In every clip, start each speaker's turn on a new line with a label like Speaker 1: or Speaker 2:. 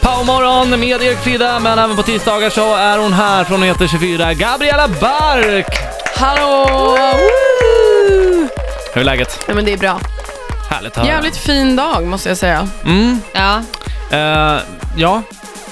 Speaker 1: god morgon med Erik Frida, men även på tisdagar så är hon här från och heter 24, Gabriella Bark!
Speaker 2: Hallå! Woo!
Speaker 1: Hur är läget?
Speaker 2: Nej men det är bra.
Speaker 1: Härligt att höra.
Speaker 2: Jävligt fin dag måste jag säga.
Speaker 1: Mm,
Speaker 3: Ja,
Speaker 1: eh, ja.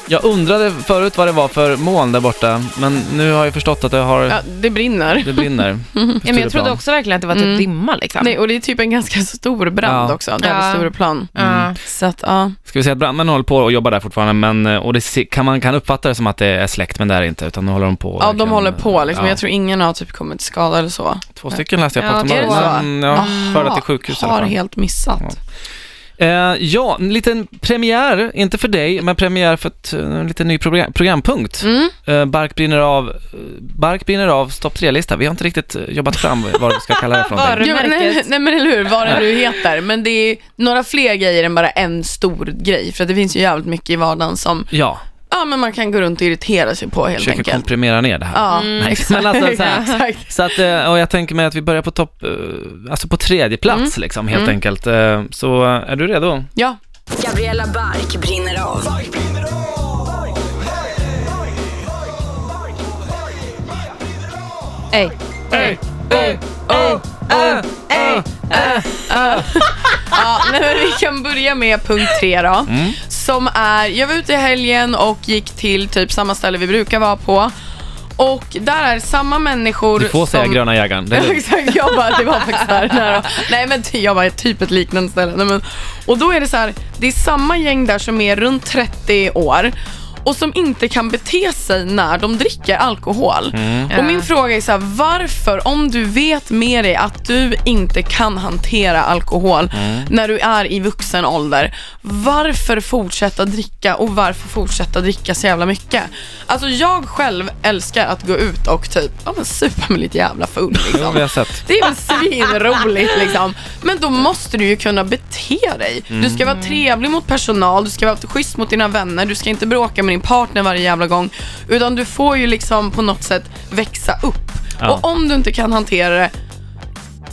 Speaker 1: Jag undrade förut vad det var för moln där borta, men nu har jag förstått att det har...
Speaker 2: Ja, det brinner.
Speaker 1: Det brinner. på
Speaker 3: ja men jag trodde
Speaker 1: Stureplan.
Speaker 3: också verkligen att det var typ
Speaker 2: Mm.
Speaker 3: dimma liksom.
Speaker 2: Nej, och det är typ en ganska stor brand
Speaker 1: Ja.
Speaker 2: också, där
Speaker 3: Ja.
Speaker 2: vid Stureplan.
Speaker 3: Ja.
Speaker 2: Så att, ja.
Speaker 1: Ska vi säga att brandmännen håller på och jobbar där fortfarande, men, eh, och det se- kan man kan uppfatta det som att det är släkt, men det är det inte, utan de håller de på. och
Speaker 2: ja, de
Speaker 1: verkligen-
Speaker 2: håller på liksom.
Speaker 1: ja.
Speaker 2: Jag tror ingen har typ kommit till skada eller så.
Speaker 1: Två stycken läste jag på
Speaker 3: Ja,
Speaker 1: Aftonbladet.
Speaker 2: det är så. Ah,
Speaker 1: Men, mm, ja, förda till sjukhus i alla
Speaker 2: Har
Speaker 1: fall.
Speaker 2: helt missat.
Speaker 1: Ja. Eh, ja, en liten premiär, inte för dig, men premiär för ett, eh, en liten ny program, programpunkt.
Speaker 2: Mm.
Speaker 1: Eh, Bark brinner av, eh, Bark brinner av topp tre-lista. Vi har inte riktigt eh, jobbat fram vad vi ska kalla det för någonting.
Speaker 2: Jo, men nej,
Speaker 3: Varumärket.
Speaker 2: nej men eller hur, vad det nu heter. Men det är några fler grejer än bara en stor grej. För att det finns ju jävligt mycket i vardagen som
Speaker 1: Ja,
Speaker 2: ja, men man kan gå runt och irritera sig på helt
Speaker 1: försöker
Speaker 2: enkelt.
Speaker 1: komprimera ner det här.
Speaker 2: Ja,
Speaker 3: Mm.
Speaker 1: Nej,
Speaker 2: exakt.
Speaker 1: men alltså så här.
Speaker 2: exakt.
Speaker 1: Så att, eh, och jag tänker mig att vi börjar på topp, eh, alltså på tredje plats
Speaker 2: Mm.
Speaker 1: liksom helt enkelt. Eh, Så eh, är du redo?
Speaker 2: Ja,
Speaker 4: Gabriella Bark brinner av.
Speaker 3: Ey.
Speaker 2: Ja, nej, men vi kan börja med punkt tre då.
Speaker 1: Mm.
Speaker 2: Som är, jag var ute i helgen och gick till typ samma ställe vi brukar vara på. Och där är samma människor
Speaker 1: Du får säga
Speaker 2: som...
Speaker 1: gröna jägaren. Det är
Speaker 2: Ja,
Speaker 1: lugnt.
Speaker 2: exakt, jag bara, det var faktiskt där nära. Nej men ty- jag bara, typ ett liknande ställe. Nej, men, och då är det så här, det är samma gäng där som är runt 30 år och som inte kan bete sig när de dricker alkohol.
Speaker 1: Mm.
Speaker 2: Och min fråga är så här, varför, om du vet med dig att du inte kan hantera alkohol
Speaker 1: Mm.
Speaker 2: när du är i vuxen ålder, varför fortsätta dricka och varför fortsätta dricka så jävla mycket? Alltså jag själv älskar att gå ut och typ, ja men supa mig lite jävla full
Speaker 1: Jo, vi
Speaker 2: liksom.
Speaker 1: har sett.
Speaker 2: Det är väl svinroligt liksom. Men då måste du ju kunna bete dig. Du ska vara trevlig mot personal, du ska vara schysst mot dina vänner, du ska inte bråka med din partner varje jävla gång. Utan du får ju liksom på något sätt växa upp.
Speaker 1: Ja.
Speaker 2: Och om du inte kan hantera det,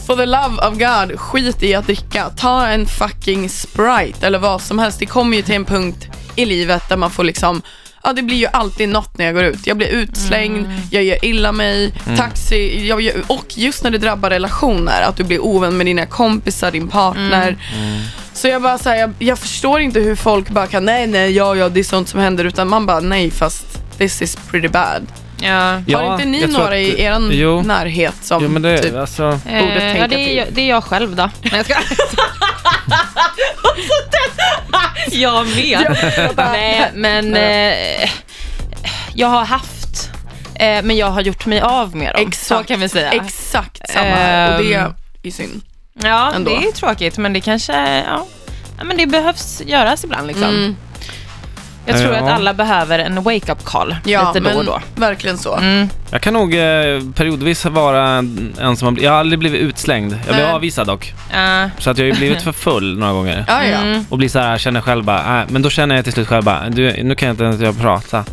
Speaker 2: for the love of God, skit i att dricka. Ta en fucking Sprite eller vad som helst. Det kommer ju till en punkt i livet där man får liksom Ja, det blir ju alltid något när jag går ut. Jag blir utslängd, jag gör illa mig,
Speaker 1: Mm.
Speaker 2: taxi, jag gör, och just när det drabbar relationer, att du blir ovän med dina kompisar, din partner.
Speaker 1: Mm.
Speaker 2: Så jag bara så här, jag, jag förstår inte hur folk bara kan, nej, nej, ja, ja, det är sånt som händer, utan man bara, nej, fast this is pretty bad.
Speaker 3: Ja.
Speaker 1: Ja,
Speaker 2: Har inte ni
Speaker 1: jag tror
Speaker 2: några
Speaker 1: att-
Speaker 2: i er
Speaker 1: Jo.
Speaker 2: närhet som
Speaker 1: Jo men det,
Speaker 2: typ
Speaker 1: alltså,
Speaker 3: Eh,
Speaker 2: Borde tänka
Speaker 3: ja, det, är,
Speaker 2: till.
Speaker 3: jag- det är jag själv då. Nej, jag ska... jag med. Nej, men eh, jag har haft, eh, men jag har gjort mig av med dem. Så kan vi säga.
Speaker 2: Exakt samma här. Och det är
Speaker 3: Ehm.
Speaker 2: ju synd.
Speaker 3: ja,
Speaker 2: ändå.
Speaker 3: det är tråkigt, men det kanske, ja. ja men det behövs göras ibland liksom.
Speaker 2: Mm.
Speaker 3: Jag tror
Speaker 1: Ja.
Speaker 3: att alla behöver en wake-up call
Speaker 2: Ja,
Speaker 3: lite då och
Speaker 2: men
Speaker 3: då.
Speaker 2: verkligen så.
Speaker 3: Mm.
Speaker 1: jag kan nog eh, periodvis vara en en som har blivit, jag har aldrig blivit utslängd. Jag blev
Speaker 3: Nej.
Speaker 1: avvisad dock.
Speaker 3: Ja.
Speaker 1: Så att jag har ju blivit för full några gånger.
Speaker 2: Ja, ja.
Speaker 3: Mm.
Speaker 1: Och blir så här, jag känner själv bara, äh, men då känner jag till slut själv bara, du, nu kan jag inte ens jag prata.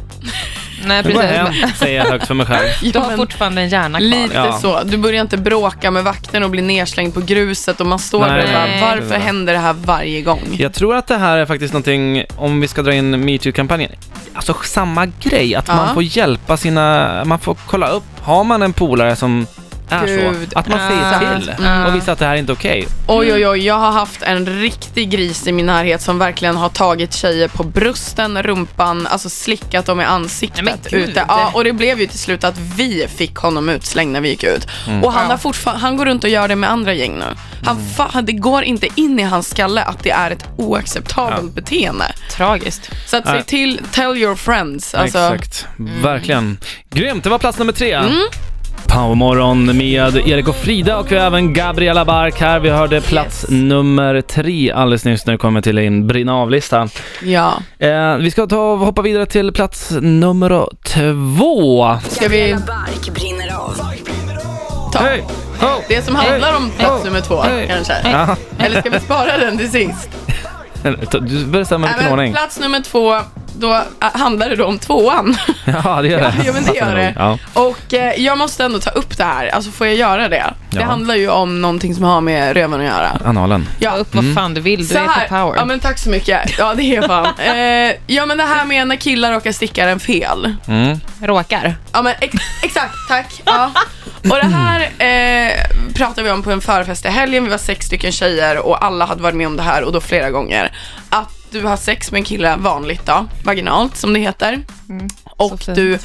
Speaker 3: Nej,
Speaker 1: Nu går jag
Speaker 3: precis.
Speaker 1: hem, säger jag högt för mig själv.
Speaker 3: Du
Speaker 2: Ja,
Speaker 3: har
Speaker 2: men
Speaker 3: fortfarande en hjärna kvar.
Speaker 2: Lite
Speaker 1: Ja.
Speaker 2: så. Du börjar inte bråka med vakten och bli nedslängd på gruset och man står
Speaker 1: Nej,
Speaker 2: där och
Speaker 3: nej.
Speaker 2: bara, varför händer det här varje gång?
Speaker 1: Jag tror att det här är faktiskt någonting, om vi ska dra in metoo-kampanjen, alltså samma grej, att
Speaker 2: Ja.
Speaker 1: man får hjälpa sina, man får kolla upp, har man en polare som är
Speaker 2: Gud,
Speaker 1: så, att man
Speaker 3: ja.
Speaker 1: säger till
Speaker 3: Mm.
Speaker 1: och visar att det här är inte okej.
Speaker 2: Oj, oj, oj. Jag har haft en riktig gris i min närhet som verkligen har tagit tjejer på brösten, rumpan, alltså slickat dem i ansiktet.
Speaker 3: Nej, men gud.
Speaker 2: ute. Ja, och det blev ju till slut att vi fick honom utslängd när vi gick ut.
Speaker 1: Mm.
Speaker 2: Och han, har fortfar- han går runt och gör det med andra gäng nu. Han fa- det går inte in i hans skalle att det är ett oacceptabelt beteende.
Speaker 3: Tragiskt.
Speaker 2: Så att
Speaker 1: Nej.
Speaker 2: se till, tell your friends. Alltså, Mm.
Speaker 1: Exakt, verkligen. Grymt, det var plats nummer tre. Powermorgon med Erik och Frida och vi har även Gabriella Bark här. Vi hörde plats nummer tre alldeles nyss när det kommer till in brinna av-listan.
Speaker 2: ja.
Speaker 1: Eh, vi ska ta och hoppa vidare till plats nummer två.
Speaker 2: Ska vi
Speaker 4: Bark brinner av.
Speaker 2: ta
Speaker 1: Hej! Ho!
Speaker 2: det som handlar om plats
Speaker 1: Hey.
Speaker 2: nummer två
Speaker 1: Hey.
Speaker 2: kanske?
Speaker 1: Ja.
Speaker 2: Eller ska vi spara den till sist?
Speaker 1: Du bestämmer
Speaker 2: Nej,
Speaker 1: vilken
Speaker 2: Äh, men
Speaker 1: ordning.
Speaker 2: plats nummer två då eh, handlar det då om tvåan.
Speaker 1: Ja, det gör det.
Speaker 2: Ja, men det gör det.
Speaker 1: Ja.
Speaker 2: Och eh, jag måste ändå ta upp det här, alltså får jag göra det? Det
Speaker 1: Ja.
Speaker 2: handlar ju om någonting som har med röven att göra.
Speaker 1: Analen.
Speaker 3: Ta
Speaker 2: Ja,
Speaker 3: upp
Speaker 1: Mm.
Speaker 3: vad fan du vill, du
Speaker 2: så
Speaker 3: är
Speaker 2: här.
Speaker 3: på power.
Speaker 2: Ja men tack så mycket. Ja det är fan. Eh, ja men det här med när killar råkar sticka en fel.
Speaker 1: Mm.
Speaker 3: Råkar.
Speaker 2: Ja men ex- exakt, tack. Ja. Och det här eh, pratade vi om på en förfest i helgen, vi var sex stycken tjejer och alla hade varit med om det här och då flera gånger. Att du har sex med en kille vanligt då, vaginalt som det heter. och
Speaker 3: fint.
Speaker 2: du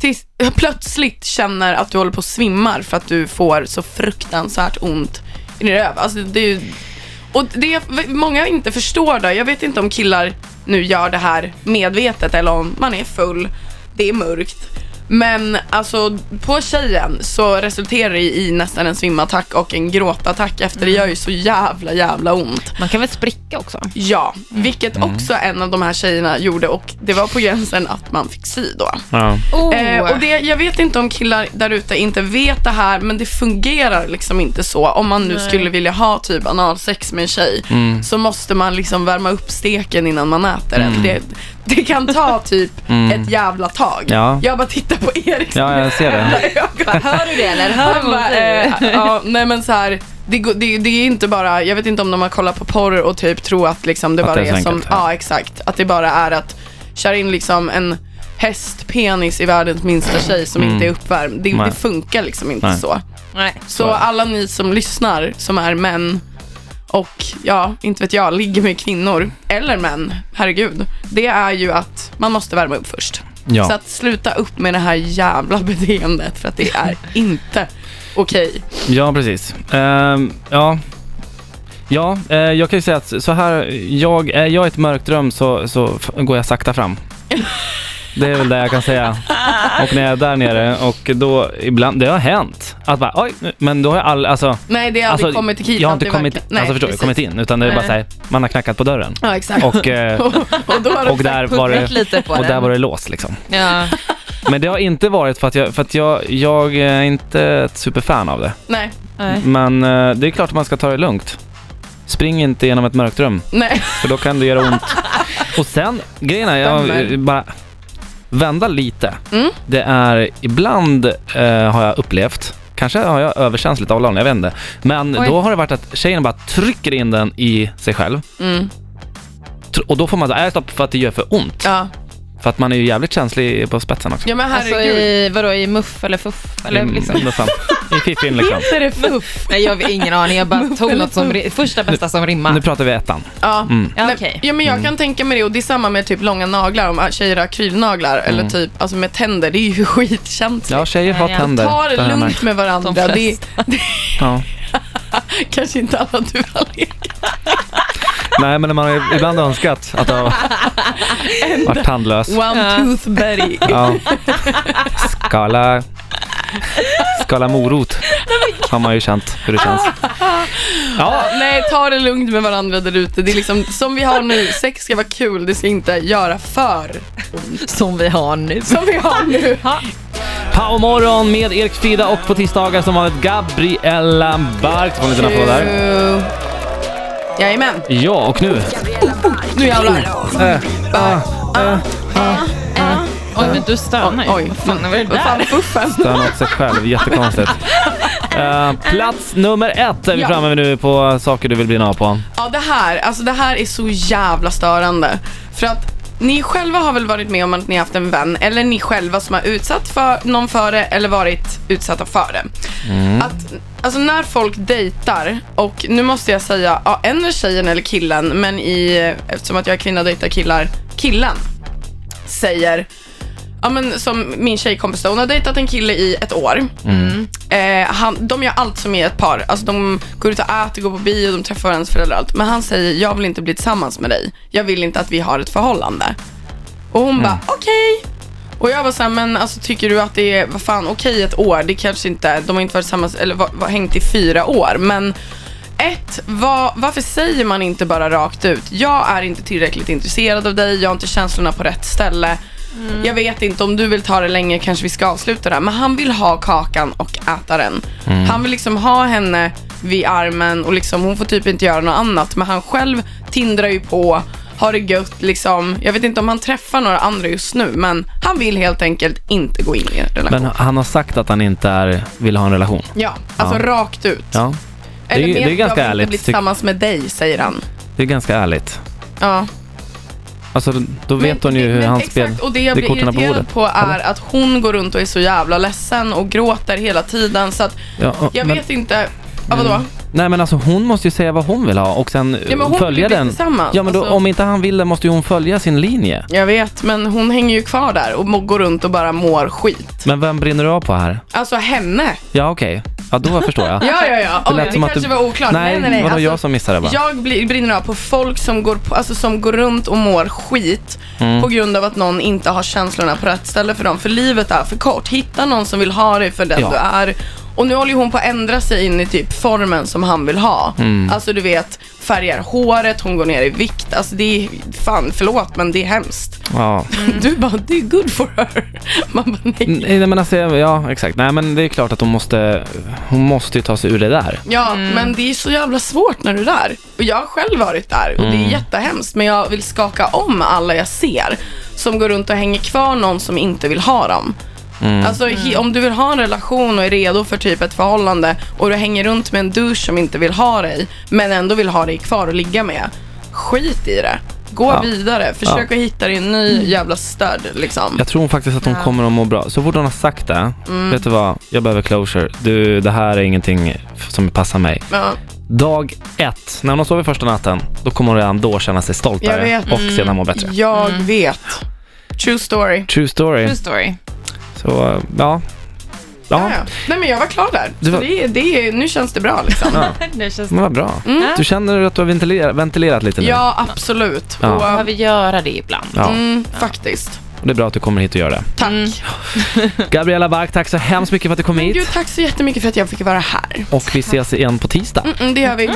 Speaker 2: tills, plötsligt känner att du håller på att svimmar för att du får så fruktansvärt ont i din röv. Alltså det är ju och det många inte förstår då, jag vet inte om killar nu gör det här medvetet eller om man är full, det är mörkt. Men alltså på tjejen så resulterar det i nästan en svimattack och en gråtattack efter det gör ju så jävla jävla ont.
Speaker 3: Man kan väl spricka också?
Speaker 2: Ja, vilket också en av de här tjejerna gjorde och det var på gränsen att man fick sy då.
Speaker 1: Ja.
Speaker 3: Oh.
Speaker 2: Eh, och det, jag vet inte om killar där ute inte vet det här, men det fungerar liksom inte så. Om man nu skulle vilja ha typ analsex med en tjej,
Speaker 1: Mm.
Speaker 2: så måste man liksom värma upp steken innan man äter den. Det, det kan ta typ ett jävla tag.
Speaker 1: Mm. Ja.
Speaker 2: Jag bara tittar på Erik.
Speaker 1: ja, jag ser det.
Speaker 3: Hör du det eller? Hör
Speaker 2: Han
Speaker 3: du
Speaker 2: bara,
Speaker 3: vad
Speaker 2: eh,
Speaker 3: jag säger?
Speaker 2: ja, nej men så här, det, går- det, det är inte bara, jag vet inte om de har kollat på porr och typ tror att liksom det
Speaker 1: Att
Speaker 2: bara
Speaker 1: det är
Speaker 2: är,
Speaker 1: så
Speaker 2: som,
Speaker 1: enkelt, ja.
Speaker 2: ja exakt, att det bara är att köra in liksom en hästpenis i världens minsta tjej som inte är uppvärmd. Det,
Speaker 1: Mm. Nej.
Speaker 2: det funkar liksom inte
Speaker 1: Nej.
Speaker 2: så.
Speaker 3: Nej.
Speaker 2: Så alla ni som lyssnar som är män och ja, inte vet jag, ligger med kvinnor eller män, herregud. Det är ju att man måste värma upp först.
Speaker 1: Ja.
Speaker 2: Så att sluta upp med det här jävla beteendet för att det är inte okej.
Speaker 1: Ja, precis. Ehm, ja. Ja, eh, jag kan ju säga att så här, jag, är jag i ett mörkt rum så, så f- går jag sakta fram. Det är väl det jag kan säga. Och när jag är där nere och då ibland, det har hänt. Att bara, oj, nu- men då har jag all, alltså.
Speaker 2: Nej, det har aldrig
Speaker 1: alltså,
Speaker 2: kommit till kitan.
Speaker 1: Jag har inte
Speaker 2: det
Speaker 1: kommit,
Speaker 2: verkar- Nej,
Speaker 1: alltså förstår du,
Speaker 2: precis.
Speaker 1: kommit in. Utan det är bara
Speaker 2: Nej.
Speaker 1: så här, man har knackat på dörren.
Speaker 2: Ja, exakt.
Speaker 1: Och, eh,
Speaker 2: Och, och då har
Speaker 1: och
Speaker 2: du...
Speaker 1: där var det,
Speaker 3: Puttrat lite på
Speaker 1: och
Speaker 3: den.
Speaker 1: där var det låst liksom.
Speaker 3: Ja.
Speaker 1: Men det har inte varit för att jag, för att jag, jag är inte ett superfan av det.
Speaker 2: Nej,
Speaker 3: Nej.
Speaker 1: Men eh, det är klart att man ska ta det lugnt. Spring inte genom ett mörkt rum,
Speaker 2: nej.
Speaker 1: för då kan det göra ont. Och sen, grejen är, jag
Speaker 2: Stämmer.
Speaker 1: eh, bara vända lite.
Speaker 2: Mm.
Speaker 1: Det är, ibland eh, har jag upplevt, kanske har jag överkänsligt av lån, jag vet inte. Men
Speaker 3: Oj.
Speaker 1: då har det varit att tjejen bara trycker in den i sig själv.
Speaker 2: Mm.
Speaker 1: Tr- Och då får man säga, nej stopp, för att det gör för ont.
Speaker 2: Ja.
Speaker 1: För att man är ju jävligt känslig på spetsen också.
Speaker 2: ja, men
Speaker 3: Alltså
Speaker 2: herregud.
Speaker 3: i, vadå, i muff eller fuff? Eller
Speaker 1: Mm,
Speaker 3: liksom.
Speaker 1: men fan. I fiffin liksom.
Speaker 2: Heter det fuff?
Speaker 3: Nej, jag har ingen aning. Jag bara tog något som, ri- första bästa som
Speaker 1: Nu
Speaker 3: rimmar.
Speaker 1: pratar vi ettan.
Speaker 2: Ja.
Speaker 1: Mm.
Speaker 3: Ja,
Speaker 2: Nej,
Speaker 3: okej.
Speaker 2: ja, men jag kan tänka mig det och det är samma med typ långa naglar, om tjejer har kryvnaglar eller typ alltså med tänder, det är ju skitkänsligt.
Speaker 1: Mm. Ja, tjejer har
Speaker 3: Ja, ja.
Speaker 1: tänder.
Speaker 2: Ta
Speaker 1: Det har
Speaker 2: det
Speaker 1: jag
Speaker 2: lugnt
Speaker 1: märkt.
Speaker 2: med
Speaker 3: De
Speaker 2: varandra.
Speaker 3: flesta.
Speaker 2: Det är
Speaker 1: Ja.
Speaker 2: kanske inte alla du har lekt.
Speaker 1: Nej, men man har ju ibland önskat att ha varit tandlös.
Speaker 2: One
Speaker 3: Ja.
Speaker 2: tooth Betty.
Speaker 1: Ja. Skala, skala morot har man ju känt hur det känns. Ja,
Speaker 2: Nej, ta det lugnt med varandra där ute. Det är liksom som vi har nu, sex ska vara kul, det ska inte göra för
Speaker 3: Som vi har nu.
Speaker 2: som vi har nu.
Speaker 1: Powermorgon med Erik Frida och på tisdagar som vanligt Gabriella Bark. Så får ni en applåd där.
Speaker 2: Jajamän.
Speaker 1: Ja, och nu.
Speaker 4: Gabriella Bark
Speaker 2: nu jävlar. Äh.
Speaker 4: brinner av.
Speaker 3: Oj, men du stönar ju.
Speaker 2: Oj,
Speaker 3: Vad fan var det
Speaker 2: Vad
Speaker 3: där?
Speaker 2: fan, fuffen.
Speaker 1: Stön åt sig själv, jättekonstigt. Eh, plats nummer ett är vi
Speaker 2: Ja.
Speaker 1: framme vid nu på saker du vill bli av på.
Speaker 2: Ja, det här, alltså det här är så jävla störande. För att ni själva har väl varit med om att ni haft en vän eller ni själva som har utsatt för någon för det eller varit utsatta för det. Att, alltså när folk dejtar och nu måste jag säga, ja, en är tjejen eller killen men i, eftersom att jag är kvinna och dejtar killar, killen säger Ja, men som min tjejkompis då, hon har dejtat en kille i ett år. Eh, han, de gör allt som är ett par. Alltså, de går ut och äter, går på bio, de träffar varandras föräldrar och allt. Men han säger, jag vill inte bli tillsammans med dig. Jag vill inte att vi har ett förhållande. Och hon bara, okej. Och jag var såhär, men alltså tycker du att det är, vad fan, okej ett år, det kanske inte, de har inte varit tillsammans, eller var, var, hängt i fyra år, men ett, vad, varför säger man inte bara rakt ut, jag är inte tillräckligt intresserad av dig, jag har inte känslorna på rätt ställe, jag vet inte om du vill ta det länge, kanske vi ska avsluta det här, men han vill ha kakan och äta den.
Speaker 1: Mm.
Speaker 2: Han vill liksom ha henne vid armen och liksom, hon får typ inte göra något annat, men han själv tindrar ju på, har ha det gött. Liksom. Jag vet inte om han träffar några andra just nu, men han vill helt enkelt inte gå in i en relation.
Speaker 1: Men han har sagt att han inte är, vill ha en relation.
Speaker 2: ja, alltså
Speaker 1: Ja.
Speaker 2: rakt ut.
Speaker 1: Ja, det är ju-
Speaker 2: Eller
Speaker 1: det är
Speaker 2: vet
Speaker 1: ganska
Speaker 2: jag vill
Speaker 1: ärligt,
Speaker 2: inte bli
Speaker 1: tyck-
Speaker 2: tillsammans med dig, säger han.
Speaker 1: det är ganska ärligt.
Speaker 2: Ja.
Speaker 1: Alltså, då vet hon ju hur
Speaker 2: men
Speaker 1: han
Speaker 2: exakt,
Speaker 1: spel...
Speaker 2: Och det jag
Speaker 1: det är
Speaker 2: blir
Speaker 1: korten på
Speaker 2: irriterad
Speaker 1: bordet,
Speaker 2: på är att hon går runt och är så jävla ledsen och gråter hela tiden. Så att
Speaker 1: Ja, och-
Speaker 2: jag
Speaker 1: men-
Speaker 2: vet inte. Ja, vadå?
Speaker 1: Nej men alltså hon måste ju säga vad hon vill ha och sen eh,
Speaker 2: Ja, men hon
Speaker 1: följa
Speaker 2: vill bli
Speaker 1: den.
Speaker 2: tillsammans,
Speaker 1: Ja men då,
Speaker 2: alltså.
Speaker 1: om inte han vill det måste ju hon följa sin linje.
Speaker 2: Jag vet, men hon hänger ju kvar där och må- går runt och bara mår skit.
Speaker 1: Men vem brinner du av på här?
Speaker 2: Alltså henne.
Speaker 1: Ja okej, ja då förstår jag.
Speaker 2: Ja, ja, ja. Oj, det kanske var oklart.
Speaker 1: Nej,
Speaker 2: nej, nej.
Speaker 1: vadå
Speaker 2: Alltså,
Speaker 1: jag som missade det bara?
Speaker 2: Jag blir, brinner av på folk som går, på, alltså, som går runt och mår skit på grund av att någon inte har känslorna på rätt ställe för dem. För livet är för kort. Hitta någon som vill ha dig för den
Speaker 1: Ja.
Speaker 2: du är. Och nu håller ju hon på att ändra sig in i typ formen som han vill ha. Alltså du vet, färgar håret, hon går ner i vikt. Alltså det är, fan förlåt men det är hemskt.
Speaker 1: Ja.
Speaker 2: Du bara, det är good for her. Man bara, nej.
Speaker 1: Nej nej, men alltså, ja exakt. Nej men det är klart att hon måste, hon måste ju ta sig ur det där.
Speaker 2: Ja, men det är så jävla svårt när du är där. Och jag har själv varit där och
Speaker 1: Mm.
Speaker 2: det är jättehemskt. Men jag vill skaka om alla jag ser som går runt och hänger kvar någon som inte vill ha dem.
Speaker 1: Mm.
Speaker 2: Alltså he- om du vill ha en relation och är redo för typ ett förhållande och du hänger runt med en douche som inte vill ha dig men ändå vill ha dig kvar och ligga med. Skit i det. Gå
Speaker 1: Ja.
Speaker 2: vidare. Försök att hitta din ny jävla stöd liksom.
Speaker 1: Jag tror faktiskt att hon kommer att må bra. Så fort hon har sagt det,
Speaker 2: Mm.
Speaker 1: vet du vad, jag behöver closure. Du, det här är ingenting f- som passar mig.
Speaker 2: Ja.
Speaker 1: Dag ett, när hon har sovit första natten, då kommer hon redan då känna sig
Speaker 2: Jag
Speaker 1: stoltare
Speaker 2: vet. Mm.
Speaker 1: och sedan må bättre.
Speaker 2: Jag vet. True story.
Speaker 1: True story.
Speaker 3: True story.
Speaker 1: Så, eh, ja.
Speaker 2: Ja.
Speaker 1: Ja,
Speaker 2: ja. Nej men jag var klar där.
Speaker 1: Du
Speaker 2: Så
Speaker 1: var-
Speaker 2: det, det, nu känns det bra liksom. Mm.
Speaker 3: nu känns
Speaker 1: men vad bra. Du känner att du har ventilerat, ventilerat lite nu?
Speaker 2: Ja absolut.
Speaker 1: Ja.
Speaker 2: Och,
Speaker 3: Behöver göra det ibland.
Speaker 1: Ja,
Speaker 2: mm, faktiskt.
Speaker 1: och det är bra att du kommer hit och gör det.
Speaker 2: Tack.
Speaker 3: Mm.
Speaker 1: Gabriella Bark, tack så hemskt mycket för att du kom
Speaker 2: Gud,
Speaker 1: hit.
Speaker 2: tack så jättemycket för att jag fick vara här.
Speaker 1: Och vi ses igen på tisdag.
Speaker 2: Mm, det gör vi.